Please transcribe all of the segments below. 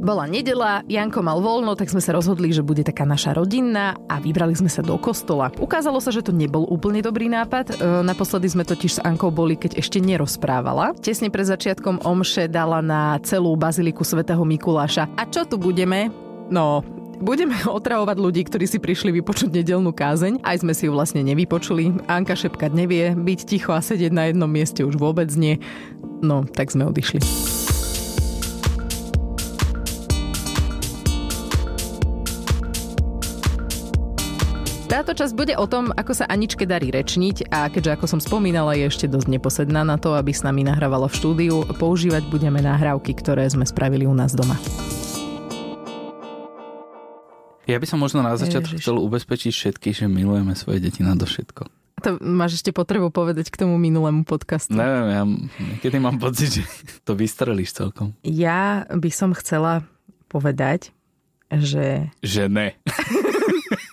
Bola nedela, Janko mal voľno, tak sme sa rozhodli, že bude taká naša rodinná a vybrali sme sa do kostola. Ukázalo sa, že to nebol úplne dobrý nápad. E, naposledy sme totiž s Ankou boli, keď ešte nerozprávala. Tesne pred začiatkom omše dala na celú baziliku svätého Mikuláša. A čo tu budeme? No, Budeme otravovať ľudí, ktorí si prišli vypočuť nedelnú kázeň. Aj sme si ju vlastne nevypočuli. Anka šepkať nevie, byť ticho a sedieť na jednom mieste už vôbec nie. No, tak sme odišli. Táto časť bude o tom, ako sa Aničke darí rečniť a keďže ako som spomínala, je ešte dosť neposedná na to, aby s nami nahrávala v štúdiu, používať budeme nahrávky, ktoré sme spravili u nás doma. Ja by som možno na začiatku Ježiš. chcel ubezpečiť všetkých, že milujeme svoje deti na to všetko. To máš ešte potrebu povedať k tomu minulému podcastu. Neviem, ja niekedy mám pocit, že to vystrelíš celkom. Ja by som chcela povedať, že Že ne.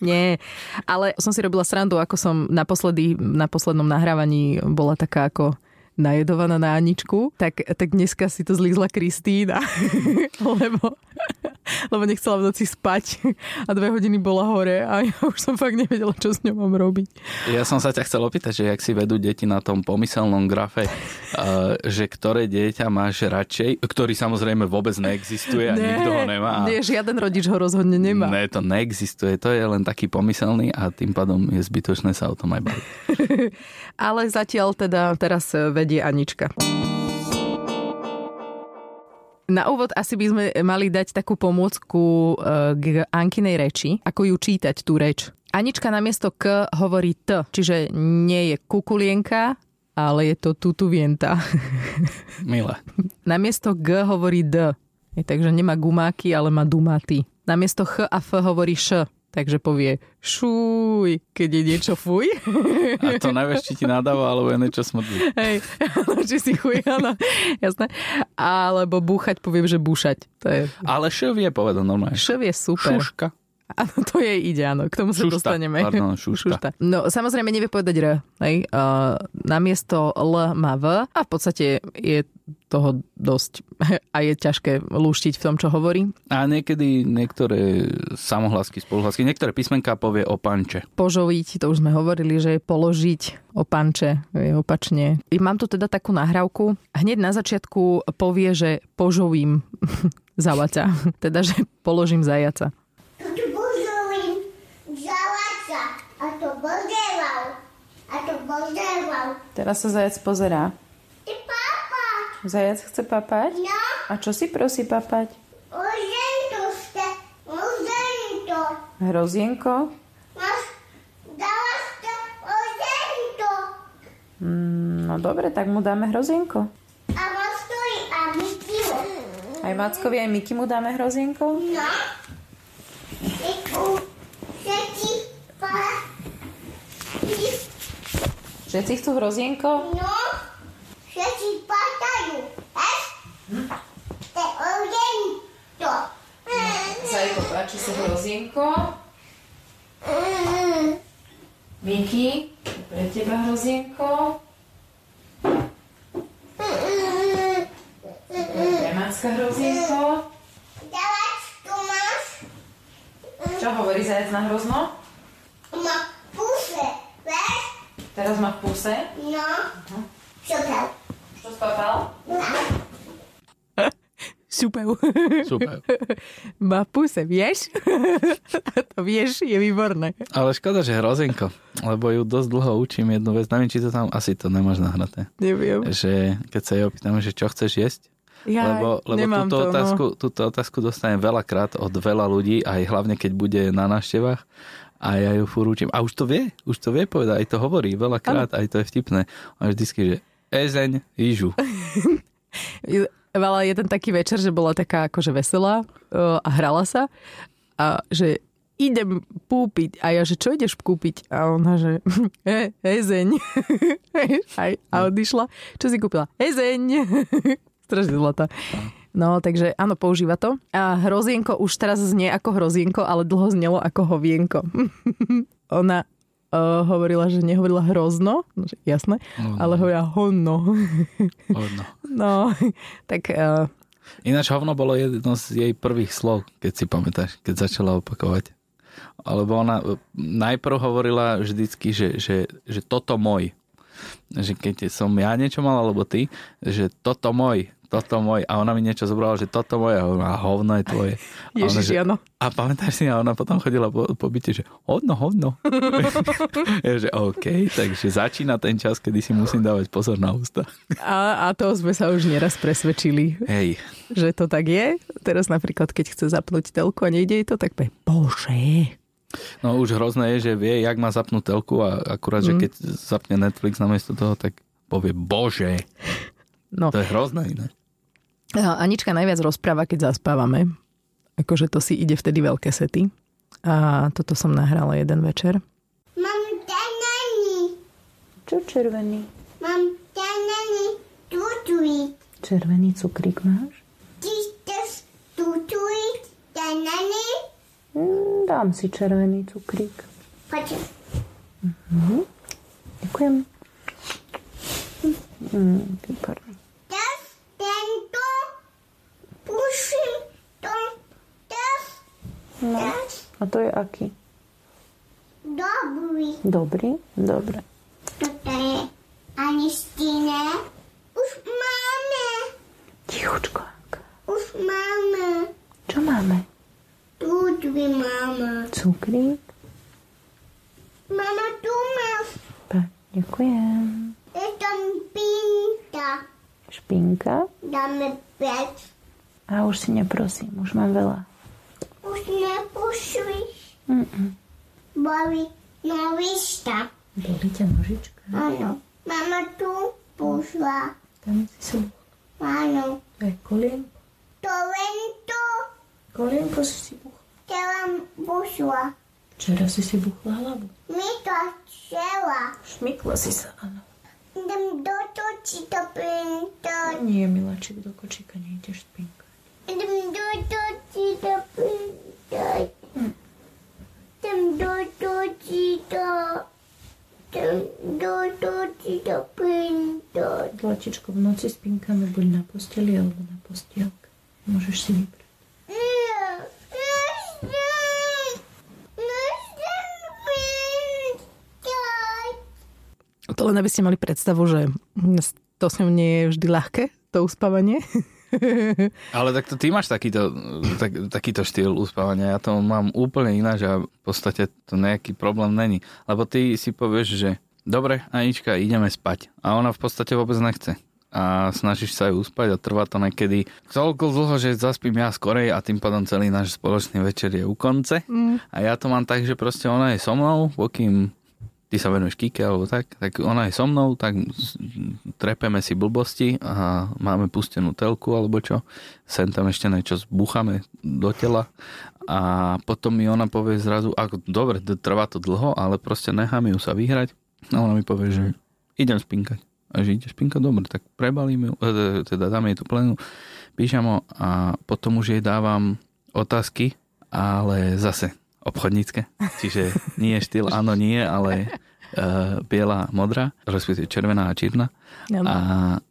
nie, ale som si robila srandu, ako som naposledy, na poslednom nahrávaní bola taká ako najedovaná na Aničku, tak, tak dneska si to zlízla Kristína, lebo, lebo nechcela v noci spať a dve hodiny bola hore a ja už som fakt nevedela, čo s ňou mám robiť. Ja som sa ťa chcel opýtať, že jak si vedú deti na tom pomyselnom grafe, uh, že ktoré dieťa máš radšej, ktorý samozrejme vôbec neexistuje a nikto ho nemá. A- Nie, žiaden rodič ho rozhodne nemá. Ne, to neexistuje, to je len taký pomyselný a tým pádom je zbytočné sa o tom aj baviť. Ale zatiaľ teda teraz e, vedie Anička. Na úvod asi by sme mali dať takú pomôcku e, k Ankinej reči, ako ju čítať tú reč. Anička namiesto K hovorí T, čiže nie je kukulienka, ale je to tutuvienta. Milé. Namiesto G hovorí D, je, takže nemá gumáky, ale má dumaty. Namiesto H a F hovorí Š, takže povie šuj, keď je niečo fuj. A to nevieš, či ti nadáva, alebo je niečo smrdí. Hej, či si chuj, áno, jasné. Alebo búchať, poviem, že búšať. To je, Ale šo vie povedať normálne. šev je super. Šuška. Áno, to jej ide, áno, k tomu sa Šušta, dostaneme. pardon, šušta. No, samozrejme nevie povedať R, hej. Uh, namiesto L má V a v podstate je toho dosť a je ťažké lúštiť v tom, čo hovorí. A niekedy niektoré samohlasky, spoluhlasky, niektoré písmenká povie o panče. Požoviť, to už sme hovorili, že je položiť opanče, je opačne. I mám tu teda takú nahrávku. Hneď na začiatku povie, že požovím zajaca. teda, že položím zajaca. Tu buzulim zalaca, a to bozeval, a to bozeval. Teraz sa zajac pozerá. Ty papa, Zajac chce papať? no, A čo si prosí papať? uzen to ste, uzen to. Hrozienko? Mas, dala ste uzen to. Mm, No dobre, tak mu dáme hrozienko. A mas to i a mytilo. Aj Mackovi, aj Miky mu dáme hrozienko? No, i u všetci pa, i- Všetci chcú hrozienko? no, všetci patajú. Eš? Te uzen to. Zajko, páči sa hrozienko? Mm. Miky, pre teba hrozienko? Pre Macka hrozienko? Dávaš tu máš Čo hovorí zajac na hrozno? ma puse, vieš? Teraz má v puse. No. Super. Čo spapal? Super. Super. Má v puse, vieš? A to vieš je výborné. Ale škoda, že hrozienko, lebo ju dosť dlho učím jednu vec. Neviem, či to tam asi to nemáš nahraté. Neviem. Že keď sa jej opýtame, že čo chceš jesť, Ja lebo lebo nemám túto, to, otázku, No. túto otázku dostanem veľakrát od veľa ľudí, aj hlavne keď bude na návštevách. A ja ju furt učím. A už to vie, už to vie povedať, aj to hovorí veľakrát, aj to je vtipné. A vždycky, že ezeň, ižu. Mala jeden taký večer, že bola taká akože veselá e, a hrala sa a že idem kúpiť. A ja, že čo ideš kúpiť? A ona, že e, hezeň. Aj, a odišla. Čo si kúpila? Hezeň. Strašne zlatá. No, takže áno, používa to. A hrozienko už teraz znie ako hrozienko, ale dlho znelo ako hovienko. ona uh, hovorila, že nehovorila hrozno, no, že jasné, ale hovorila honno. Hodno. No, tak uh, Ináč hovno bolo jedno z jej prvých slov, keď si pamätáš, keď začala opakovať. Alebo ona e, najprv hovorila vždycky, že, že, že toto môj. Že keď som ja niečo mal, alebo ty, že toto môj, toto môj. A ona mi niečo zobrala, že toto môj. A ona, hovno je tvoje. A, ona, Ježiš, že, áno. a pamätáš si, a ona potom chodila po, po byte, že hodno, hodno. ja, že OK, takže začína ten čas, kedy si musím dávať pozor na ústa. A, a to sme sa už nieraz presvedčili, Hej, že to tak je. Teraz napríklad, keď chce zapnúť telku a nejde jej to, tak povie, bože. No už hrozné je, že vie, jak má zapnú telku a akurát, že keď zapne Netflix namiesto toho, tak povie bože. No, To je hrozné iné. A Anička najviac rozpráva, keď zaspávame. Akože to si ide vtedy veľké sety. A toto som nahrala jeden večer. Mám banany. Čo červený? Mám banany tutuit. Červený cukrík máš? Tisíc tutuit banany. Mm, dám si červený cukrík. Počkaj. Ďakujem. Mm, výborný. Das tento puším to das No. das A to je aký? dobrý. Dobrý? Dobre. Toto je Anistine. Už máme. Tichučko. Anka. Už máme. Čo máme? Tutuit máme. Cukrík? Mama, tu máš. Pa, ďakujem. Je tam pinta. Špinka? Dáme pět. A už si neprosím, už mám veľa. Už nepošlíš. Baví novišta. Boli ťa nožička? no Ano. Mama tu pošla. Tam si som Ano. aj kolien. To len to, Kolienko si si buchla. která pošla. Včera si si buchla hlavu. My to chtěla. Šmykla si sa, áno. Jdem dotočit to pinto. Nie, miláčik, do kočíka nejde špinka. Jdem dotočit to pinto. Jdem dotočit to. Jdem dotočit to pinto. Zlatičko, v noci spinkame buď na posteli alebo na postielke. Môžeš si vybrať. To len aby ste mali predstavu, že to s ňou nie je vždy ľahké, to uspávanie. Ale tak to, ty máš takýto, tak, takýto štýl uspávania. Ja to mám úplne ináč a v podstate to nejaký problém není. Lebo ty si povieš, že dobre, Anička, ideme spať. A ona v podstate vôbec nechce. A snažíš sa ju uspať a trvá to niekedy toľko dlho, že zaspím ja skorej a tým pádom celý náš spoločný večer je u konce. Mm. A ja to mám tak, že proste ona je so mnou, pokým ty sa venuješ kike alebo tak, tak ona je so mnou, tak s- trepeme si blbosti a máme pustenú telku alebo čo. Sem tam ešte niečo zbuchame do tela a potom mi ona povie zrazu, ako dobre, d- trvá to dlho, ale proste nechám ju sa vyhrať. A ona mi povie, že idem spinkať. A že ide spinkať, dobre, tak prebalím ju, e, e, teda dám jej tú plenu, píšamo a potom už jej dávam otázky, ale zase obchodnícke. Čiže nie je štýl, áno, nie, ale uh, biela, modrá, respektíve červená a čierna. Áno. A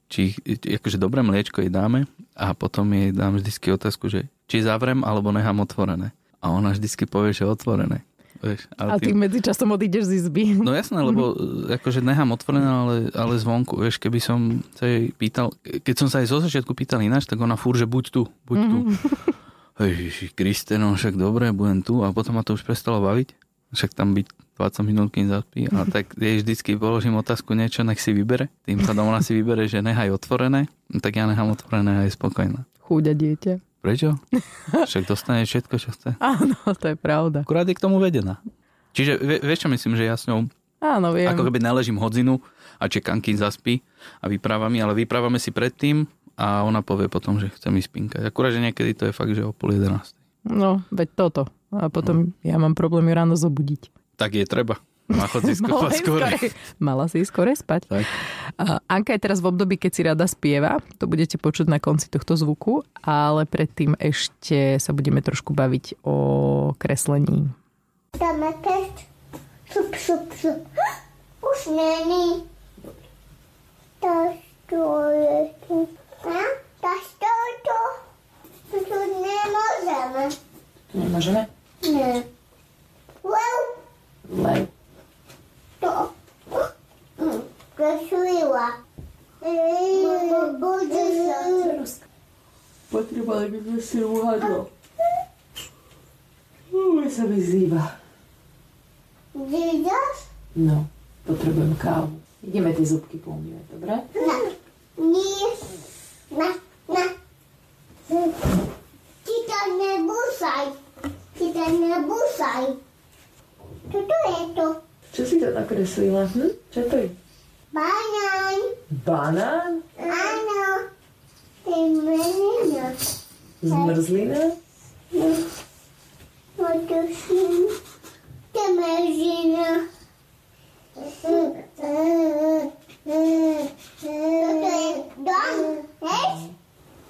či, či- akože dobré mliečko jej dáme a potom jej dám vždycky otázku, že či zavrem alebo nechám otvorené. A ona vždycky povie, že otvorené. Vieš, A ale ty medzičasom odídeš z izby. No jasné, lebo e, akože nechám otvorené, ale, ale zvonku. Vieš, keby som sa jej pýtal, keď som sa jej zo začiatku pýtal ináč, tak ona fúr, že buď tu, buď tu. Ježiši Kriste, no však dobre, budem tu. A potom ma to už prestalo baviť. Však tam byť 20 minút, kým zaspí. A tak jej vždycky položím otázku niečo, nech si vybere. Tým pádom ona si vybere, že nechaj otvorené. No Tak ja nechám otvorené a je spokojná. Chúďa dieťa. Prečo? Však dostane všetko, čo chce. Áno, to je pravda. Akurát je k tomu vedená. Čiže vie, vieš, čo myslím, že ja s ňou Áno, viem. ako keby naležím hodinu a čekám, kým zaspí a vyprávame, ale vyprávame si predtým a ona povie potom, že chce mi spinkať. Akurát, že niekedy to je fakt, že o pol jedenáct. No, veď toto. A potom ja mám problém ju ráno zobudiť. Tak je treba. Na chodisko Mala ísť skôr. skorej- Mala si ísť skorej spať. Tak. A Anka je teraz v období, keď si rada spieva, to budete počuť na konci tohto zvuku, ale predtým ešte sa budeme trošku baviť o kreslení. Dáme pět. Šup, šup, šup. Už není. To je tu. A? To je to. Nemôžeme? Ne. Wow, Lej. to. Hm, Krasila. Ej, Bude sa. Potrebovali by sme si ruhadlo. Uj, sa mi zýba. Dídas? No, potrebujem kávu. Ideme tie zubky poumývať, dobre? Na. Nie. Na. Na. Hm. Ty to nebusaj. Ty to nebusaj. Čo to je to? Čo si to nakreslila? Hm? Čo to je? Banán. Banán? Áno. Ty menina. Zmrzlina? Hm. Motoším. Ty menina. Toto je dom, hej?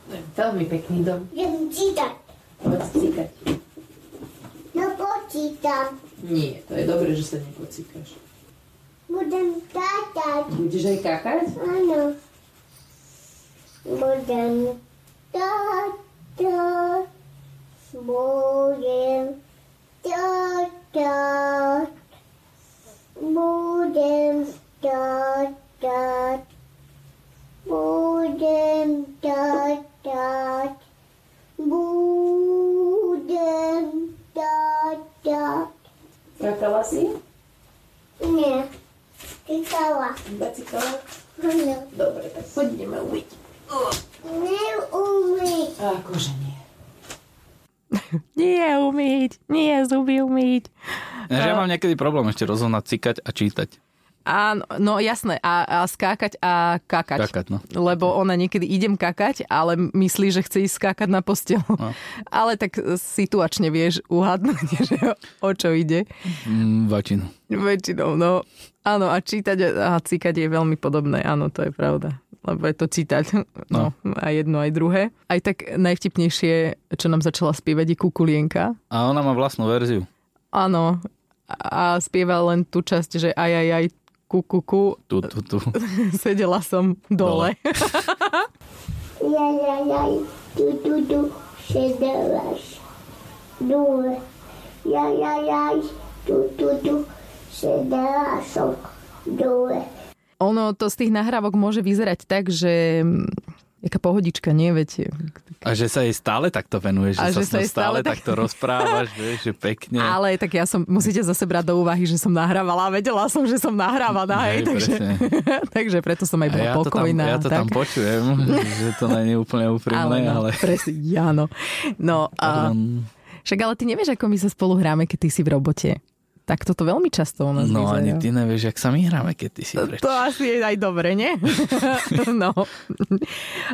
No Veľmi pekný dom. Idem čítať. Poď cíkať. tak. No počítam. Nie, to je dobré, že sa nepocíkaš. Budem tátať. Budeš aj kakať? Áno. Budem tátať. Budem tátať. Budem tátať. Budem tátať. Budem tátať. Kakala si? Nie. Čítala. Bacikala? Áno. Dobre, tak poď ideme umyť. Neumyť. A akože nie. Nie umyť, nie zuby umyť. Ja, že ja mám niekedy problém ešte rozoznať cikať a čítať. Áno, no jasné, a, a skákať a kakať. Kakať, no. Lebo ona niekedy idem kakať, ale myslí, že chce ísť skákať na postel. No. Ale tak situačne vieš uhadnúť, že o čo ide. Mm, vačinu. Väčšinou, no. Áno, a čítať a a cíkať je veľmi podobné, áno, to je pravda. Lebo je to cítať, no, a jedno, aj druhé. Aj tak najvtipnejšie, čo nám začala spievať, je Kukulienka. A ona má vlastnú verziu. Áno, a spieva len tú časť, že aj, aj, aj, ku, ku, ku, Tu, tu, tu. sedela som dole. Ja, ja, ja, tu, tu, tu, No. sedeláš. Dole. Ja, ja, ja, tu, tu, tu, No. sedela som. Dole. Ono to z tých nahrávok môže vyzerať tak, že mm, jaká pohodička, nie, viete. A že sa jej stále takto venuješ, A že, že sa sa, s ňou jej stále, stále tak- takto rozprávaš, vieš, že pekne. Ale tak ja som, musíte zase brať do úvahy, že som nahrávala a vedela som, že som nahrávaná, no, hej, Hej, takže, presne. takže preto som aj A bola ja to, tam, pokojná. ja to tam tak. počujem, že to nie je úplne úprimné, no, ale... Presne, ja, no. no a, Pardon. však ale ty nevieš, ako my sa spolu hráme, keď ty si v robote. Tak toto veľmi často u nás No vyzerá. ani ty nevieš, jak sa my hráme, keď ty si preč. To asi je aj dobre, nie? no.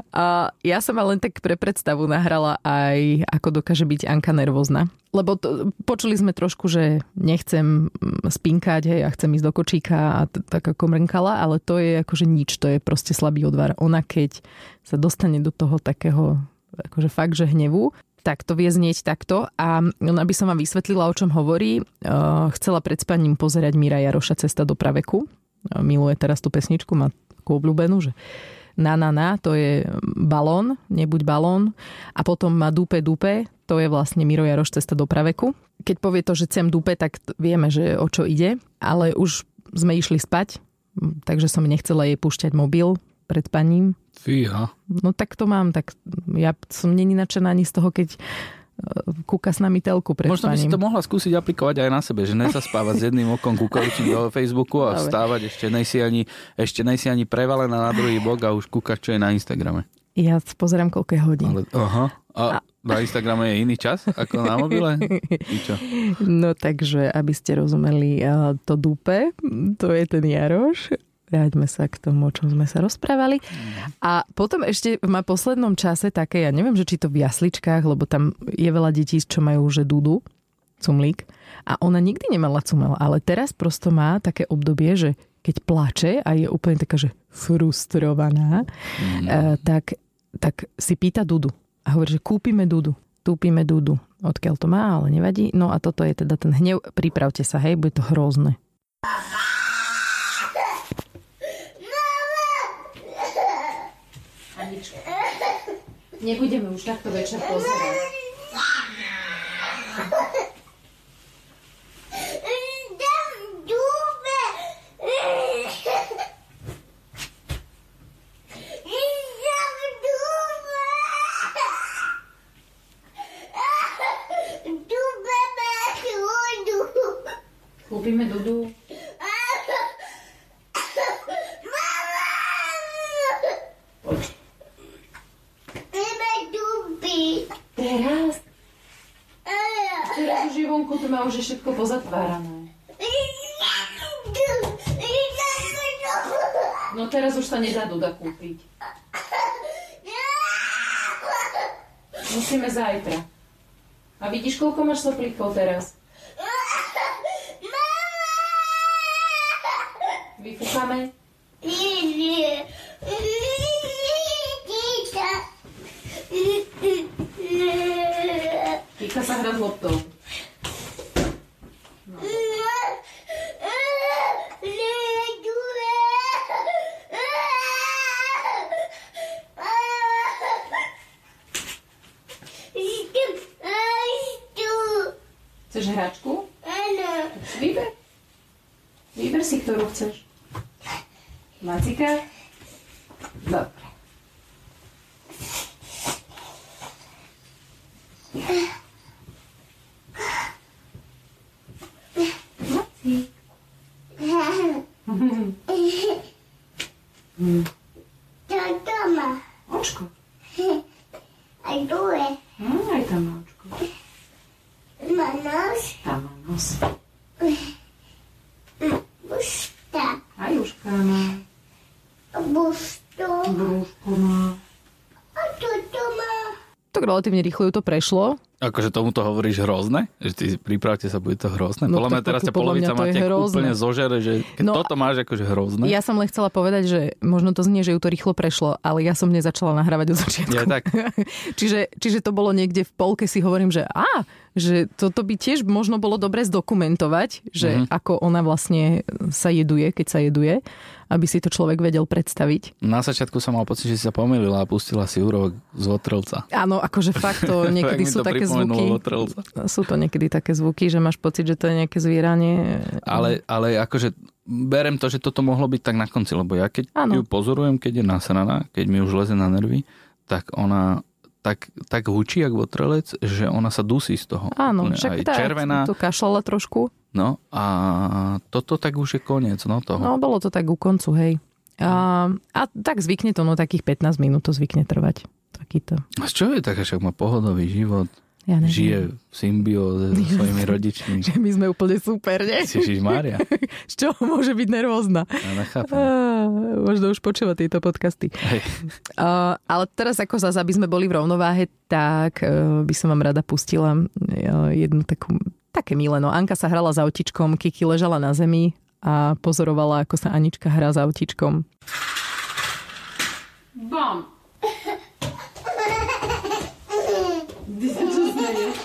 A ja som ale len tak pre predstavu nahrala aj, ako dokáže byť Anka nervózna. Lebo to, počuli sme trošku, že nechcem mm, spinkať, hej, ja chcem ísť do kočíka a t- tak ako mrnkala, ale to je akože nič, to je proste slabý odvar. Ona keď sa dostane do toho takého, akože fakt, že hnevu, tak to vie znieť takto a ona by som vám vysvetlila, o čom hovorí. Eh, Chcela pred spaním pozerať Mira Jaroša Cesta do praveku. Eh, Miluje teraz tú pesničku, má takú obľúbenú, že na na na, to je balón, nebuď balón a potom má dupe dupe, to je vlastne Miro Jaroš Cesta do praveku. Keď povie to, že chcem dupe, tak t- vieme, že o čo ide, ale už sme išli spať, m, takže som nechcela jej púšťať mobil pred spaním, Fíha. No tak to mám, tak ja som není nadšená ani z toho, keď e, kúka s nami telku pred Možno by si spaním. to mohla skúsiť aplikovať aj na sebe, že nezaspávať s jedným okom kukavičím do Facebooku a Dobre. vstávať ešte nejsi ani, ešte nejsi ani prevalená na druhý bok a už kúkaš, čo je na Instagrame. Ja pozerám, koľko je hodín. Ale, aha. A na Instagrame je iný čas ako na mobile? Ty čo? No takže, aby ste rozumeli e, to dupe, to je ten Jaroš. Vráťme sa k tomu, o čom sme sa rozprávali. A potom ešte má poslednom čase také, ja neviem, že či to v jasličkách, lebo tam je veľa detí, čo majú že dudu, cumlík. A ona nikdy nemala cumel, ale teraz prosto má také obdobie, že keď plače a je úplne taká, že frustrovaná, e, tak, tak si pýta Dudu. A hovorí, že kúpime Dudu. Kúpime Dudu. Odkiaľ to má, ale nevadí. No a toto je teda ten hnev. Pripravte sa, hej, bude to hrozné. Nebudeme už takto večer pozerať. Kúpime Dudu. Ideme dubiť. Teraz? Áno. Teraz už je vonku, to má už je všetko pozatvárané. No teraz už sa nedá Duda kúpiť. Musíme zajtra. A vidíš, koľko máš soplíkov teraz? Vyfúkame? Týka sa hra s loptou. Chceš hračku? Vyber. Vyber si, ktorú chceš. Macika? Dobre. Macik. Očko. I do it. Hm, aj tam má očko. My nose, Tam má nos. busta, Aj uška má. busto, Brúško má. a toto má. Tak relatívne rýchlo ju to prešlo. Akože tomuto hovoríš hrozné? Že ty pripravte sa, bude to hrozné? No podľa tak mňa teraz pokiaľ- ťa podľa polovica mňa to je máte hrozné. úplne zožere, že keď No a- toto máš akože hrozné. Ja som len chcela povedať, že možno to znie, že ju to rýchlo prešlo, ale ja som nezačala nahrávať od začiatku. Ja tak. čiže, čiže to bolo niekde v polke si hovorím, že a, že toto by tiež možno bolo dobre zdokumentovať, že ako ona vlastne sa jeduje, keď sa jeduje, aby si to človek vedel predstaviť. Na začiatku som mal pocit, že si sa pomýlila a pustila si úrovok z otrlca. Áno, akože fakt to niekedy Tak mi sú to také pripomenulo zvuky. Otrlca. Sú to niekedy také zvuky, že máš pocit, že to je nejaké zvieranie. Ale, ale akože berem to, že toto mohlo byť tak na konci, lebo ja keď Áno. ano. ju pozorujem, keď je nasraná, keď mi už leze na nervy, tak ona tak, tak hučí, jak votrelec, že ona sa dusí z toho. Áno, Úplne však aj tá, červená. to kašlala trošku. No a toto tak už je koniec no, toho. No, bolo to tak ku koncu, hej. A, a tak zvykne to, no takých 15 minút to zvykne trvať. Takýto. A z čoho je taká, však má pohodový život, Ja neviem. žije v symbióze so svojimi rodičmi. Že my sme úplne super, nie? Ježiš Mária, Z čoho môže byť nervózna? ja nechápem. Á, možno už počúva tieto podcasty. Hej. Uh, ale teraz ako zase, aby sme boli v rovnováhe, tak uh, by som vám rada pustila uh, jednu takú, také milé. No, Anka sa hrala s autičkom, Kiki ležala na zemi a pozorovala, ako sa Anička hrá s autičkom. Bam! Ty sa čo smeješ?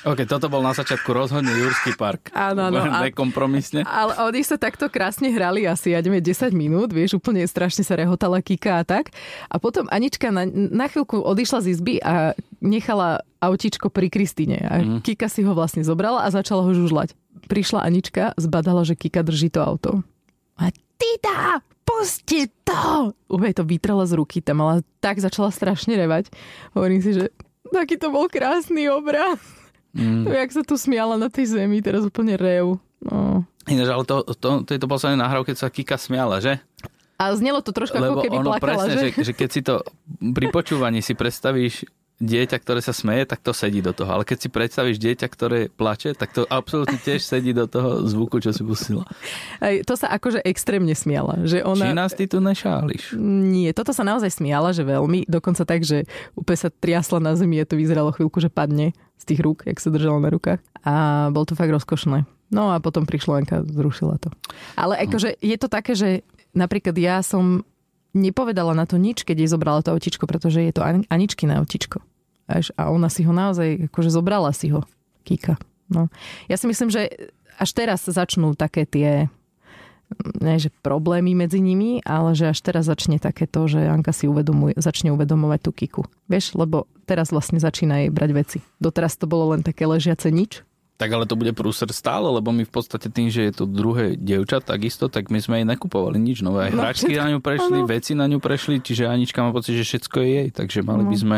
OK, toto bol na začiatku rozhodne Jurský park. Áno, áno, a- Nekompromisne. Ale oni sa takto krásne hrali asi, ja neviem, 10 minút, vieš, úplne strašne sa rehotala Kika a tak. A potom Anička na, na chvíľku odišla z izby a nechala autičko pri Kristine. A Kika si ho vlastne zobrala a začala ho žužľať. Prišla Anička, zbadala, že Kika drží to auto. A Tita, pusti to! Ube to vytrala z ruky, tam mala tak začala strašne revať. Hovorím si, že taký to bol krásny obraz. Mm. To, jak sa tu smiala na tej zemi, teraz úplne rev. No. Ináč, ale to, to, tejto poslednej nahrávke sa Kika smiala, že? A znelo to trošku Lebo ako keby ono plakala, presne, že? že? Že, keď si to pri počúvaní si predstavíš dieťa, ktoré sa smeje, tak to sedí do toho. Ale keď si predstavíš dieťa, ktoré plače, tak to absolútne tiež sedí do toho zvuku, čo si pustila. Aj, to sa akože extrémne smiala. Že ona... Či nás ty tu nešáliš? Nie, toto sa naozaj smiala, že veľmi. Dokonca tak, že úplne sa triasla na zemi a to vyzeralo chvíľku, že padne z tých rúk, jak sa držala na rukách. A bol to fakt rozkošné. No a potom prišla Anka, zrušila to. Ale akože je to také, že napríklad ja som nepovedala na to nič, keď jej zobrala to autičko, pretože je to An- Aničkina autičko. Až, a ona si ho naozaj, akože zobrala si ho. Kika. No. Ja si myslím, že až teraz začnú také tie ne, že problémy medzi nimi, ale že až teraz začne také to, že Anka si uvedomuje, začne uvedomovať tú kiku. Vieš, lebo teraz vlastne začína jej brať veci. Doteraz to bolo len také ležiace nič. Tak ale to bude prúser stále, lebo my v podstate tým, že je to druhé dievča takisto, tak my sme jej nakupovali nič nové. Aj No, hračky na ňu prešli, veci na ňu prešli, čiže Anička má pocit, že všetko je jej, takže mali by sme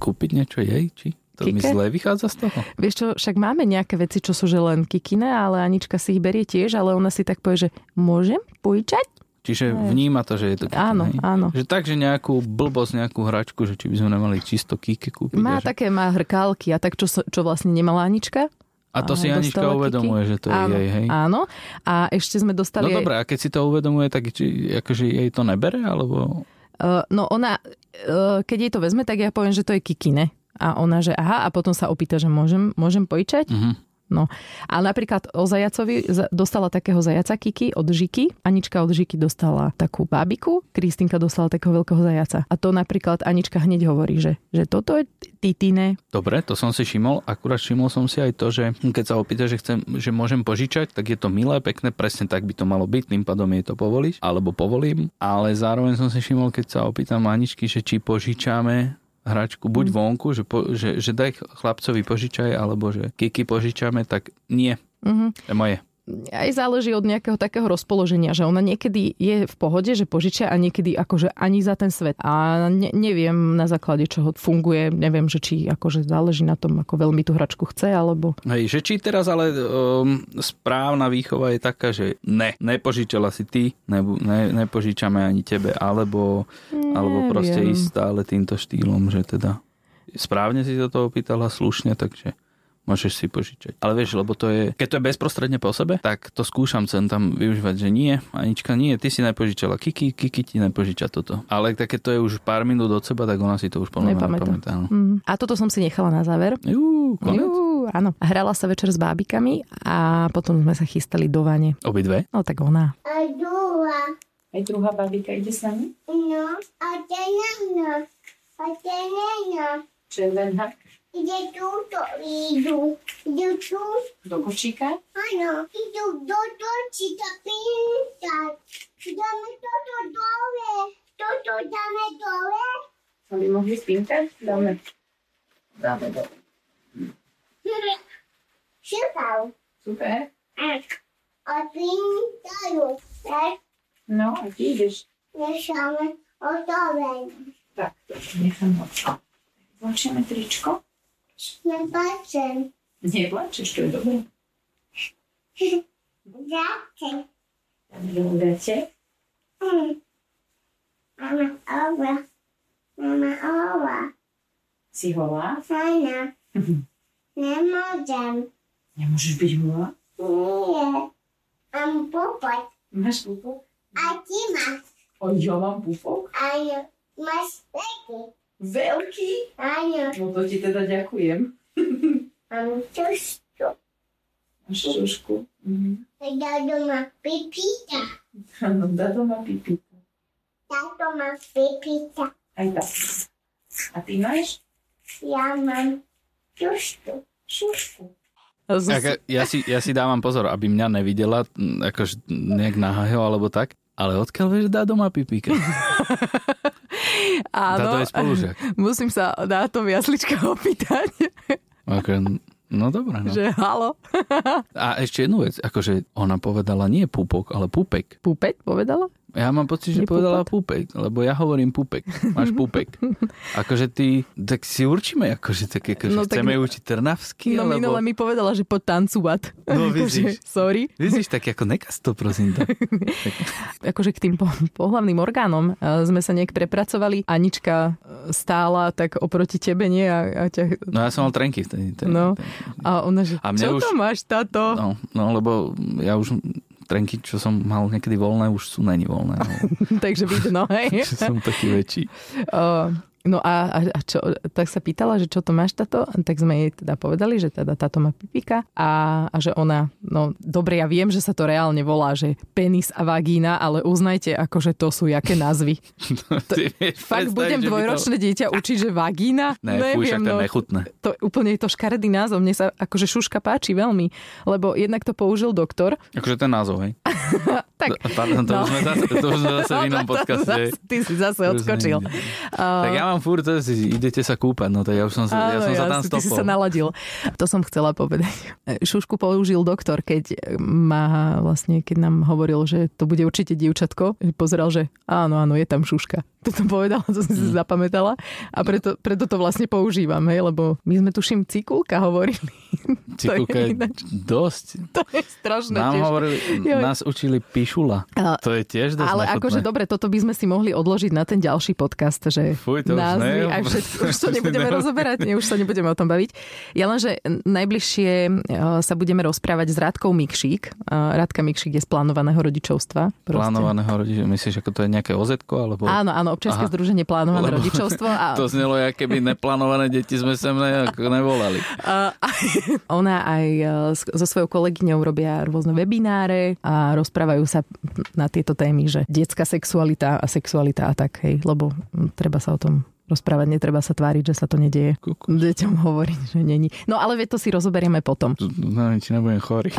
kúpiť niečo jej, či? To No. mi Kike? zle vychádza z toho. Vieš čo, však máme nejaké veci, čo sú že len kikine, ale Anička si ich berie tiež, ale ona si tak povie, že môžem pojčať? Čiže vníma to, že je to kike, Áno, hej? áno. Že tak, že nejakú blbosť, nejakú hračku, že či by sme nemali čisto kike kúpiť. Má a že... také, má hrkálky a tak, čo, so- čo vlastne nemala Anička. A to si dostala Anička kiky. uvedomuje, že to je áno, jej, hej? Áno. A ešte sme No dostali... aj- dobré, a keď si to uvedomuje, tak či, akože jej to nebere, alebo... Uh, no ona, uh, keď jej to vezme, tak ja poviem, že to je kikine. A ona, že aha, a potom sa opýta, že môžem, môžem pojičať? Mhm. No. A napríklad o zajacovi za- dostala takého zajaca Kiki od Žiky. Anička od Žiky dostala takú bábiku, Kristinka dostala takého veľkého zajaca. A to napríklad Anička hneď hovorí, že, že toto je t- titine. Dobre, to som si všimol. Akurát všimol som si aj to, že keď sa opýta, že, chcem, že môžem požičať, tak je to milé, pekné, presne tak by to malo byť, tým pádom jej to povolíš, alebo povolím. Ale zároveň som si všimol, keď sa opýtam Aničky, že či požičame hračku buď vonku, že, po, že, že daj chlapcovi požičaj, alebo že kiki požičame, tak nie, Mhm. to je moje. aj záleží od nejakého takého rozpoloženia, že ona niekedy je v pohode, že požičia a niekedy akože ani za ten svet. A ne, neviem na základe čoho funguje, neviem, že či akože záleží na tom, ako veľmi tú hračku chce, alebo... Hej, že či teraz ale um, správna výchova je taká, že ne, nepožičala si ty, ne, ne, nepožičame ani tebe, alebo, alebo proste Neviem. ísť stále týmto štýlom, že teda správne si sa to opýtala slušne, takže môžeš si požičať. Ale vieš, lebo to je, keď to je bezprostredne po sebe, tak to skúšam sem tam využívať, že nie, Anička nie, ty si nepožičala Kiki, Kiki ti nepožiča toto. Ale tak keď to je už pár minút od seba, tak ona si to už pomaly Nepamätá. nepamätá. no. Mm. A toto som si nechala na záver. Jú, konec. Jú, áno. Hrala sa večer s bábikami a potom sme sa chystali do vane. Obidve. No tak ona. A dúha. Aj druhá babika ide s nami? No, a teneno. A teneno. Červená. Ide túto, idú. Idú tu. Do kočíka? Áno, idú do točíka písať. Dáme toto dole. Toto dáme dole. Aby mohli spinkať? Dáme. Dáme do. eh? Šupal. Super. Eh, A pýtajú. Tak, No, a ty ideš. nešame o toveň. Tak, nechám ho. Vlčíme tričko? Nepačem. Nie, vlčeš, to je dobré. Ďakujem. Dáme do udáte. Mm. Mama ova. Mama ova. Si holá? Sana. Nemôžem. Nemôžeš byť holá? Nie. Mám popot. Máš pupok? A ty máš. O, ja mám pupok? Áno. Máš veľký. Veľký? Áno. No to ti teda ďakujem. Mám čušku. Máš trošku. Mhm. Ja doma pipita. Áno, dado má pipi. Táto má pipita. Aj tak. A ty máš? Ja mám čušku. Šušku. Z... Ak, ja, si, ja si dávam pozor, aby mňa nevidela m, akože nejak nahého alebo tak. Ale odkiaľ vieš, dá doma pipíka? Dá to je spolužiak. musím sa na tom jaslička opýtať, Ako, no dobré. No. že halo. A ešte jednu vec. Akože ona povedala nie pupok, ale pupek. Púpeť povedala? Ja mám pocit, že Nie povedala pupek, lebo ja hovorím pupek. Máš pupek. Akože ty, tak si určíme, akože tak, akože No no, tak- chceme tak... učiť trnavsky, No alebo... minule mi povedala, že poď tancovať. No, Akože, vidíš. Sorry. Vidíš, tak ako nekaz to, prosím. ťa. akože k tým po- pohlavným orgánom e, sme sa nejak prepracovali. Anička e, stála tak oproti tebe, nie? A, a, ťa, No ja som mal trenky vtedy. vtedy No. vtedy. a ona, že A mne čo už- to máš, táto? No, no, lebo ja už trenky, čo som mal niekedy voľné, už sú není voľné. No. Takže vidno, hej. Že som taký väčší. O, No a, a, a čo, tak sa pýtala, že čo to máš táto, tak sme jej teda povedali, že teda táto má pipika a, a že ona, no dobre, ja viem, že sa to reálne volá, že penis a vagína, ale uznajte, akože to sú jaké názvy. Ty vieš Fakt budem predstaviť, že by to- dvojročné dieťa učiť, že vagína? no. Ne, fuj, však to je nechutné. To, úplne je to škaredý názov, mne sa akože šuška páči veľmi, lebo jednak to použil doktor. Akože ten názov, hej? Tak, Pardon, to, No. už sme zase, to už sme zase v inom To podcaste. hej? zase- Ty si zase To už odskočil. nie, Tak ja mám furt, to si, idete sa kúpať, no tak ja už som sa, ja Áno, som sa tam jasne, ty si stopol. sa naladil. To som chcela povedať. Šušku použil doktor, keď ma vlastne, keď nám hovoril, že to bude určite dievčatko, pozeral, že áno, áno, je tam šuška. Toto povedala, to som Mm. si zapamätala a preto, preto to vlastne používam, hej, lebo my sme tuším cikulka hovorili. Ty to je kúkaj, ináč. dosť. To je strašné Nám tiež. hovorili, Joj. nás učili pišula. Ale- To je tiež dosť Ale nechutné. akože dobre, toto by sme si mohli odložiť na ten ďalší podcast, že Fuj, to už názvy ne. a všetko, už to Už nebudeme ne. rozoberať, nie, už sa nebudeme o tom baviť. Ja lenže najbližšie eh, sa budeme rozprávať s Radkou Mikšík. Eh, Radka Mikšík je z plánovaného rodičovstva. Proste. Plánovaného rodiča, myslíš, ako to je nejaké ozetko, alebo... Áno, áno, občianske Aha. združenie plánované Lebo- rodičovstvo. A, To znelo, aké by neplánované deti sme sem ne, ako nevolali. a, a ona aj eh, s- so svojou kolegyňou robia rôzne webináre a rozprávajú sa na tieto témy, že detská sexualita a sexualita a tak, hej, lebo hm, treba sa o tom rozprávať, netreba sa tváriť, že sa to nedieje. Kuku. Deťom hovoriť, že není. No ale vie, to si rozoberieme potom. Tu- Neviem, či nebudem chorý.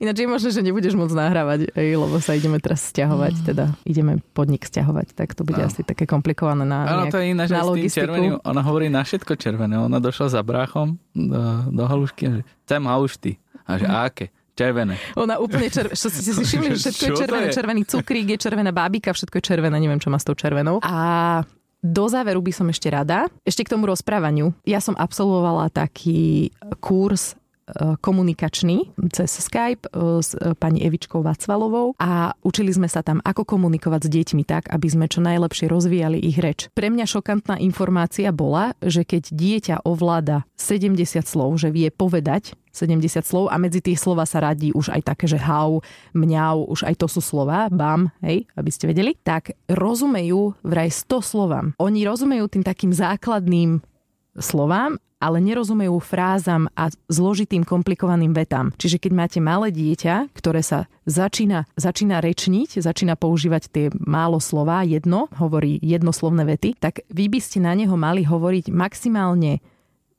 Ináč je možné, že nebudeš môcť nahrávať, hej, lebo sa ideme teraz stiahovať, teda ideme podnik stiahovať, tak to bude Mm. Áno. asi také komplikované na, Áno, nejak- to je iné, že na s tým logistiku. červeným, ona hovorí na všetko červené. Ona došla za bráchom do, do halušky a že chcem halušty. A že "A aké? Červené. Ona úplne červená. Čo ste si všimli, že všetko je Čo to červené. je? Červený cukrík, je červená bábika, všetko je červené. Neviem, čo má s tou červenou. A do záveru by som ešte rada. Ešte k tomu rozprávaniu. Ja som absolvovala taký kurz e, komunikačný cez Skype e, s e, pani Evičkou Vacvalovou a učili sme sa tam, ako komunikovať s deťmi tak, aby sme čo najlepšie rozvíjali ich reč. Pre mňa šokantná informácia bola, že keď dieťa ovláda 70 slov, že vie povedať 70 slov a medzi tie slova sa radí už aj také, že hau, mňau, už aj to sú slova, bam, hej, aby ste vedeli, tak rozumejú vraj 100 slovám. Oni rozumejú tým takým základným slovám, ale nerozumejú frázam a zložitým, komplikovaným vetám. Čiže keď máte malé dieťa, ktoré sa začína, začína rečniť, začína používať tie málo slova, jedno, hovorí jednoslovné vety, tak vy by ste na neho mali hovoriť maximálne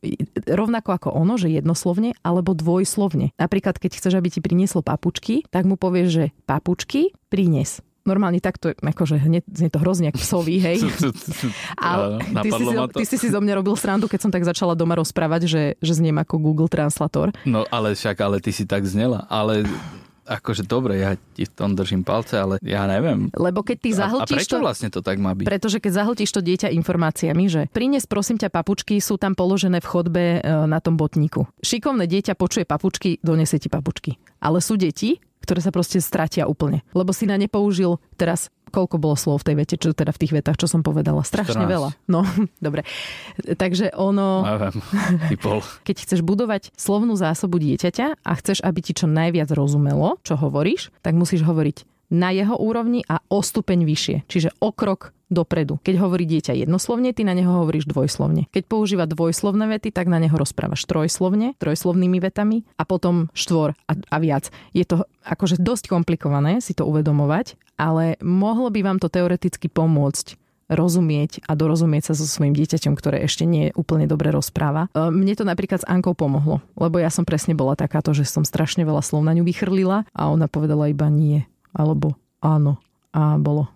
e, rovnako ako ono, že jednoslovne alebo dvojslovne. Napríklad, keď chceš, aby ti prinieslo papučky, tak mu povieš, že papučky prines. Normálne takto, akože hneď znie to hrozne ako psovi, hej. Ale Áno, ty, si, napadlo si- ma to. ty si si zo mňa robil srandu, keď som tak začala doma rozprávať, že, že zniem ako Google Translator. No ale však, ale ty si tak znela. Ale akože dobre, ja ti v tom držím palce, ale ja neviem. Lebo keď ty A, a zahltíš prečo to... vlastne to tak má byť? Pretože keď zahltíš to dieťa informáciami, že prines prosím ťa papučky, sú tam položené v chodbe e, na tom botníku. Šikovné dieťa počuje papučky, donesie ti papučky. Ale sú deti, ktoré sa proste stratia úplne. Lebo si na ne použil teraz koľko bolo slov v tej vete, čo teda v tých vetách, čo som povedala. Strašne 14. veľa. No, dobre. Takže ono... Neviem, typol. Keď chceš budovať slovnú zásobu dieťaťa a chceš, aby ti čo najviac rozumelo, čo hovoríš, tak musíš hovoriť na jeho úrovni a o stupeň vyššie, čiže o krok dopredu. Keď hovorí dieťa jednoslovne, ty na neho hovoríš dvojslovne. Keď používa dvojslovné vety, tak na neho rozprávaš trojslovne, trojslovnými vetami a potom štvor a, a viac. Je to akože dosť komplikované si to uvedomovať, ale mohlo by vám to teoreticky pomôcť rozumieť a dorozumieť sa so svojím dieťaťom, ktoré ešte nie úplne dobre rozpráva. E, Mne to napríklad s Ankou pomohlo, lebo ja som presne bola takáto, že som strašne veľa slov na ňu vychrlila a ona povedala iba nie, alebo áno. A bolo.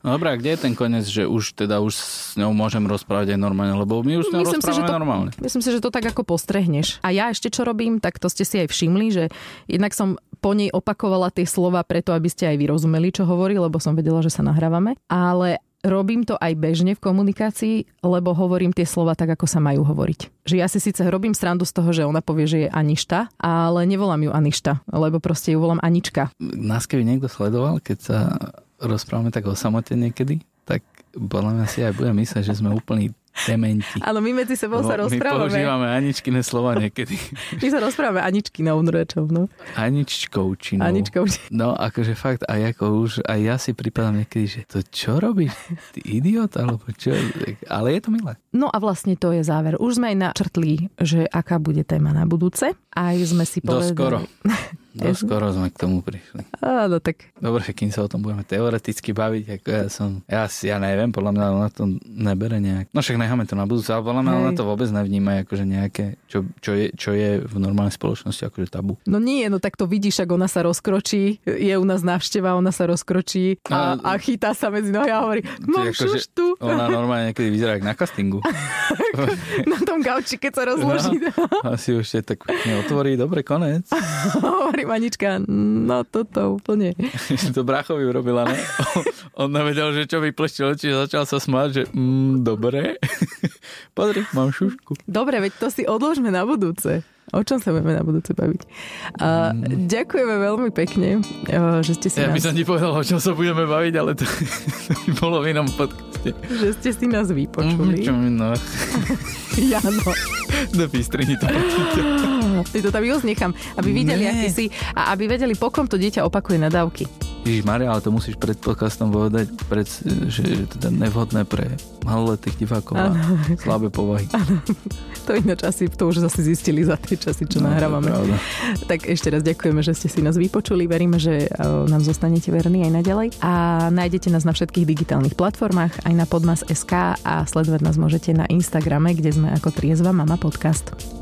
No dobré, a kde je ten koniec, že už teda už s ňou môžem rozprávať aj normálne, lebo my už s ňou Myslím si, že rozprávame to- normálne. Myslím si, že to tak ako postrehneš. A ja ešte čo robím, tak to ste si aj všimli, že jednak som po nej opakovala tie slova preto, aby ste aj vyrozumeli, čo hovorí, lebo som vedela, že sa nahrávame. Ale robím to aj bežne v komunikácii, lebo hovorím tie slova tak, ako sa majú hovoriť. Že ja si síce robím srandu z toho, že ona povie, že je Aništa, ale nevolám ju Aništa, lebo proste ju volám Anička. Nás keby niekto sledoval, keď sa rozprávame tak o samote niekedy, tak podľa mňa si aj bude mysleť, že sme úplný Dementi. Áno, my medzi sebou sa No, my rozprávame. používame aničkine slova niekedy. My sa rozprávame Aničkinou rečou, no. Aničkovčinou. Aničkou. No, akože fakt, aj ako už, aj ja si pripadám niekedy, že to čo robíš? Ty idiot, alebo čo? Ale je to milé. No a vlastne to je záver. Už sme aj načrtli, že aká bude téma na budúce. Aj sme si povedali... Doskoro. Doskoro sme k tomu prišli. Áno, tak Dobre, kým sa o tom budeme teoreticky baviť, ako ja som, ja, si- ja neviem, podľa mňa ona to nebere nejak. No však necháme to na budúce, ale podľa mňa Hej. ona to vôbec nevníma, akože nejaké, čo, čo, je, čo je v normálnej spoločnosti akože tabu. No nie, no tak to vidíš, ak ona sa rozkročí, je u nás návšteva, ona sa rozkročí a, a A- chytá sa medzi nohy a hovorí, mám akože- šuš tu Ona normálne niekedy vyzerá jak na castingu. na tom gauči, keď sa rozloží. No. Asi už je tak pekne otvorí, dobre, konec. hovorí Manička, no toto úplne. to bráchovi urobila, ne? On nevedel, že čo vypleštil oči, začal sa smáť, že mm, dobre. Pozri, mám šušku. Dobre, veď to si odložme na budúce. O čom sa budeme na budúce baviť? A, ďakujeme veľmi pekne, a, že ste si, Mm. Ja by nás, som ti povedal, o čom sa budeme baviť, ale to, to by bolo v inom podcaste. že ste si nás Mm, Čo vypočuli. no. mi no, Jano, nepistrini to. ty to tam just nechám, aby videli, Nie. aký si a aby vedeli, po kom to dieťa opakuje nadávky. Ježiš Maria, ale to musíš pred podcastom povedať, pred, že je teda nevhodné pre maloletých divákov a slabé povahy. To ináč asi, to už zase zistili za tie časy, čo No, to je nahrávame. pravda. Tak ešte raz ďakujeme, že ste si nás vypočuli. Veríme, že e, nám zostanete verní aj naďalej. A nájdete nás na všetkých digitálnych platformách, aj na podmas.sk a sledovať nás môžete na Instagrame, kde sme ako Triezva Mama Podcast.